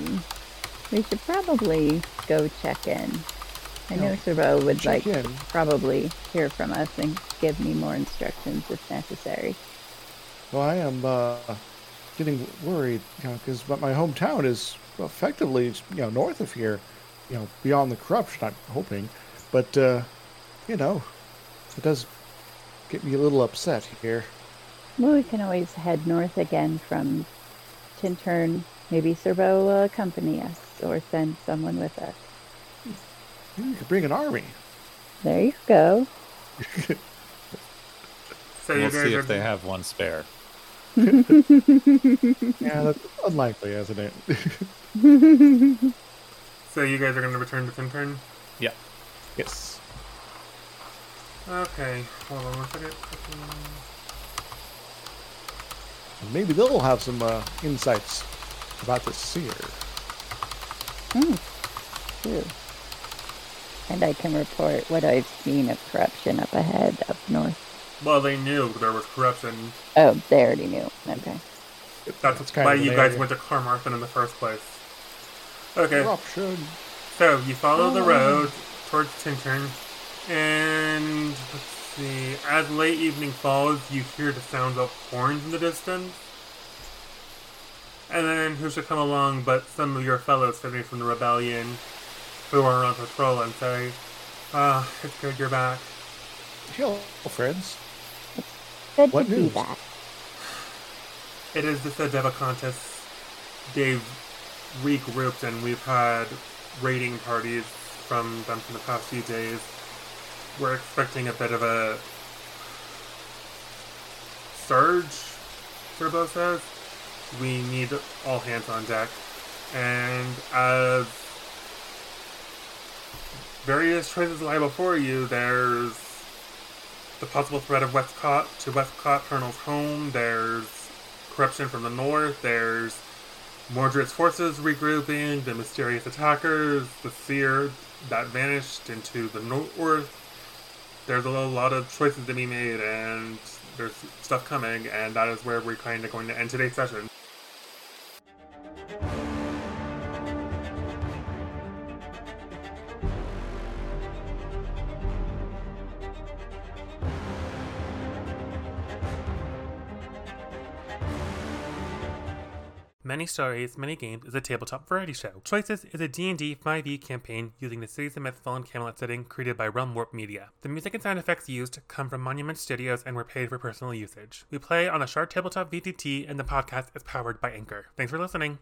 Speaker 4: we should probably go check in. I know Servo would
Speaker 2: check
Speaker 4: like to
Speaker 2: in.
Speaker 4: probably hear from us and give me more instructions if necessary.
Speaker 2: Well, I am uh, getting worried, you know, because my hometown is effectively, you know, north of here, you know, beyond the corruption. I'm hoping, but uh, you know, it does get me a little upset here.
Speaker 4: Well, we can always head north again from Tintern. Maybe Servo will accompany us or send someone with us.
Speaker 2: Maybe we could bring an army.
Speaker 4: There you go.
Speaker 1: So you
Speaker 3: we'll
Speaker 1: guys
Speaker 3: see
Speaker 1: are
Speaker 3: if they have one spare.
Speaker 2: Yeah, that's unlikely, isn't it?
Speaker 1: so you guys are going to return to Tintern.
Speaker 3: Yeah.
Speaker 2: yes.
Speaker 1: Okay, hold on one second.
Speaker 2: Maybe they'll have some uh, insights about the seer.
Speaker 4: Mm. True. And I can report what I've seen of corruption up ahead, up north.
Speaker 1: Well, they knew there was corruption.
Speaker 4: Oh, they already knew. Okay.
Speaker 1: That's
Speaker 2: It's kind
Speaker 1: why
Speaker 2: of
Speaker 1: you
Speaker 2: an
Speaker 1: guys
Speaker 2: area.
Speaker 1: went to Carmarthen in the first place. Okay,
Speaker 2: Corruption.
Speaker 1: so you follow the
Speaker 4: Oh.
Speaker 1: road towards Tintern, and let's see. As late evening falls, you hear the sound of horns in the distance. And then who should come along but some of your fellows fighting from the rebellion? who are on patrol and say, "Ah, it's good you're back."
Speaker 2: Hello, friends.
Speaker 4: Good
Speaker 2: What
Speaker 4: to
Speaker 2: news?
Speaker 4: see that.
Speaker 1: It is just a Deva contest. They've regrouped and we've had raiding parties from them from the past few days. We're expecting a bit of a surge, Turbo says. We need all hands on deck. And as various choices lie before you, there's the possible threat of Westcott to Westcott Colonel's home. There's corruption from the north. There's Mordred's forces regrouping. The mysterious attackers. The seer that vanished into the north. There's a lo- lot of choices to be made, and there's stuff coming, and that is where we're kind of going to end today's session. Many Stories, Many Games is a tabletop variety show. Choices is a D&D 5e E campaign using the Cities of Mythfall and Camelot setting created by Realm Warp Media. The music and sound effects used come from Monument Studios and were paid for personal usage. We play on a Shard Tabletop VTT and the podcast is powered by Anchor. Thanks for listening.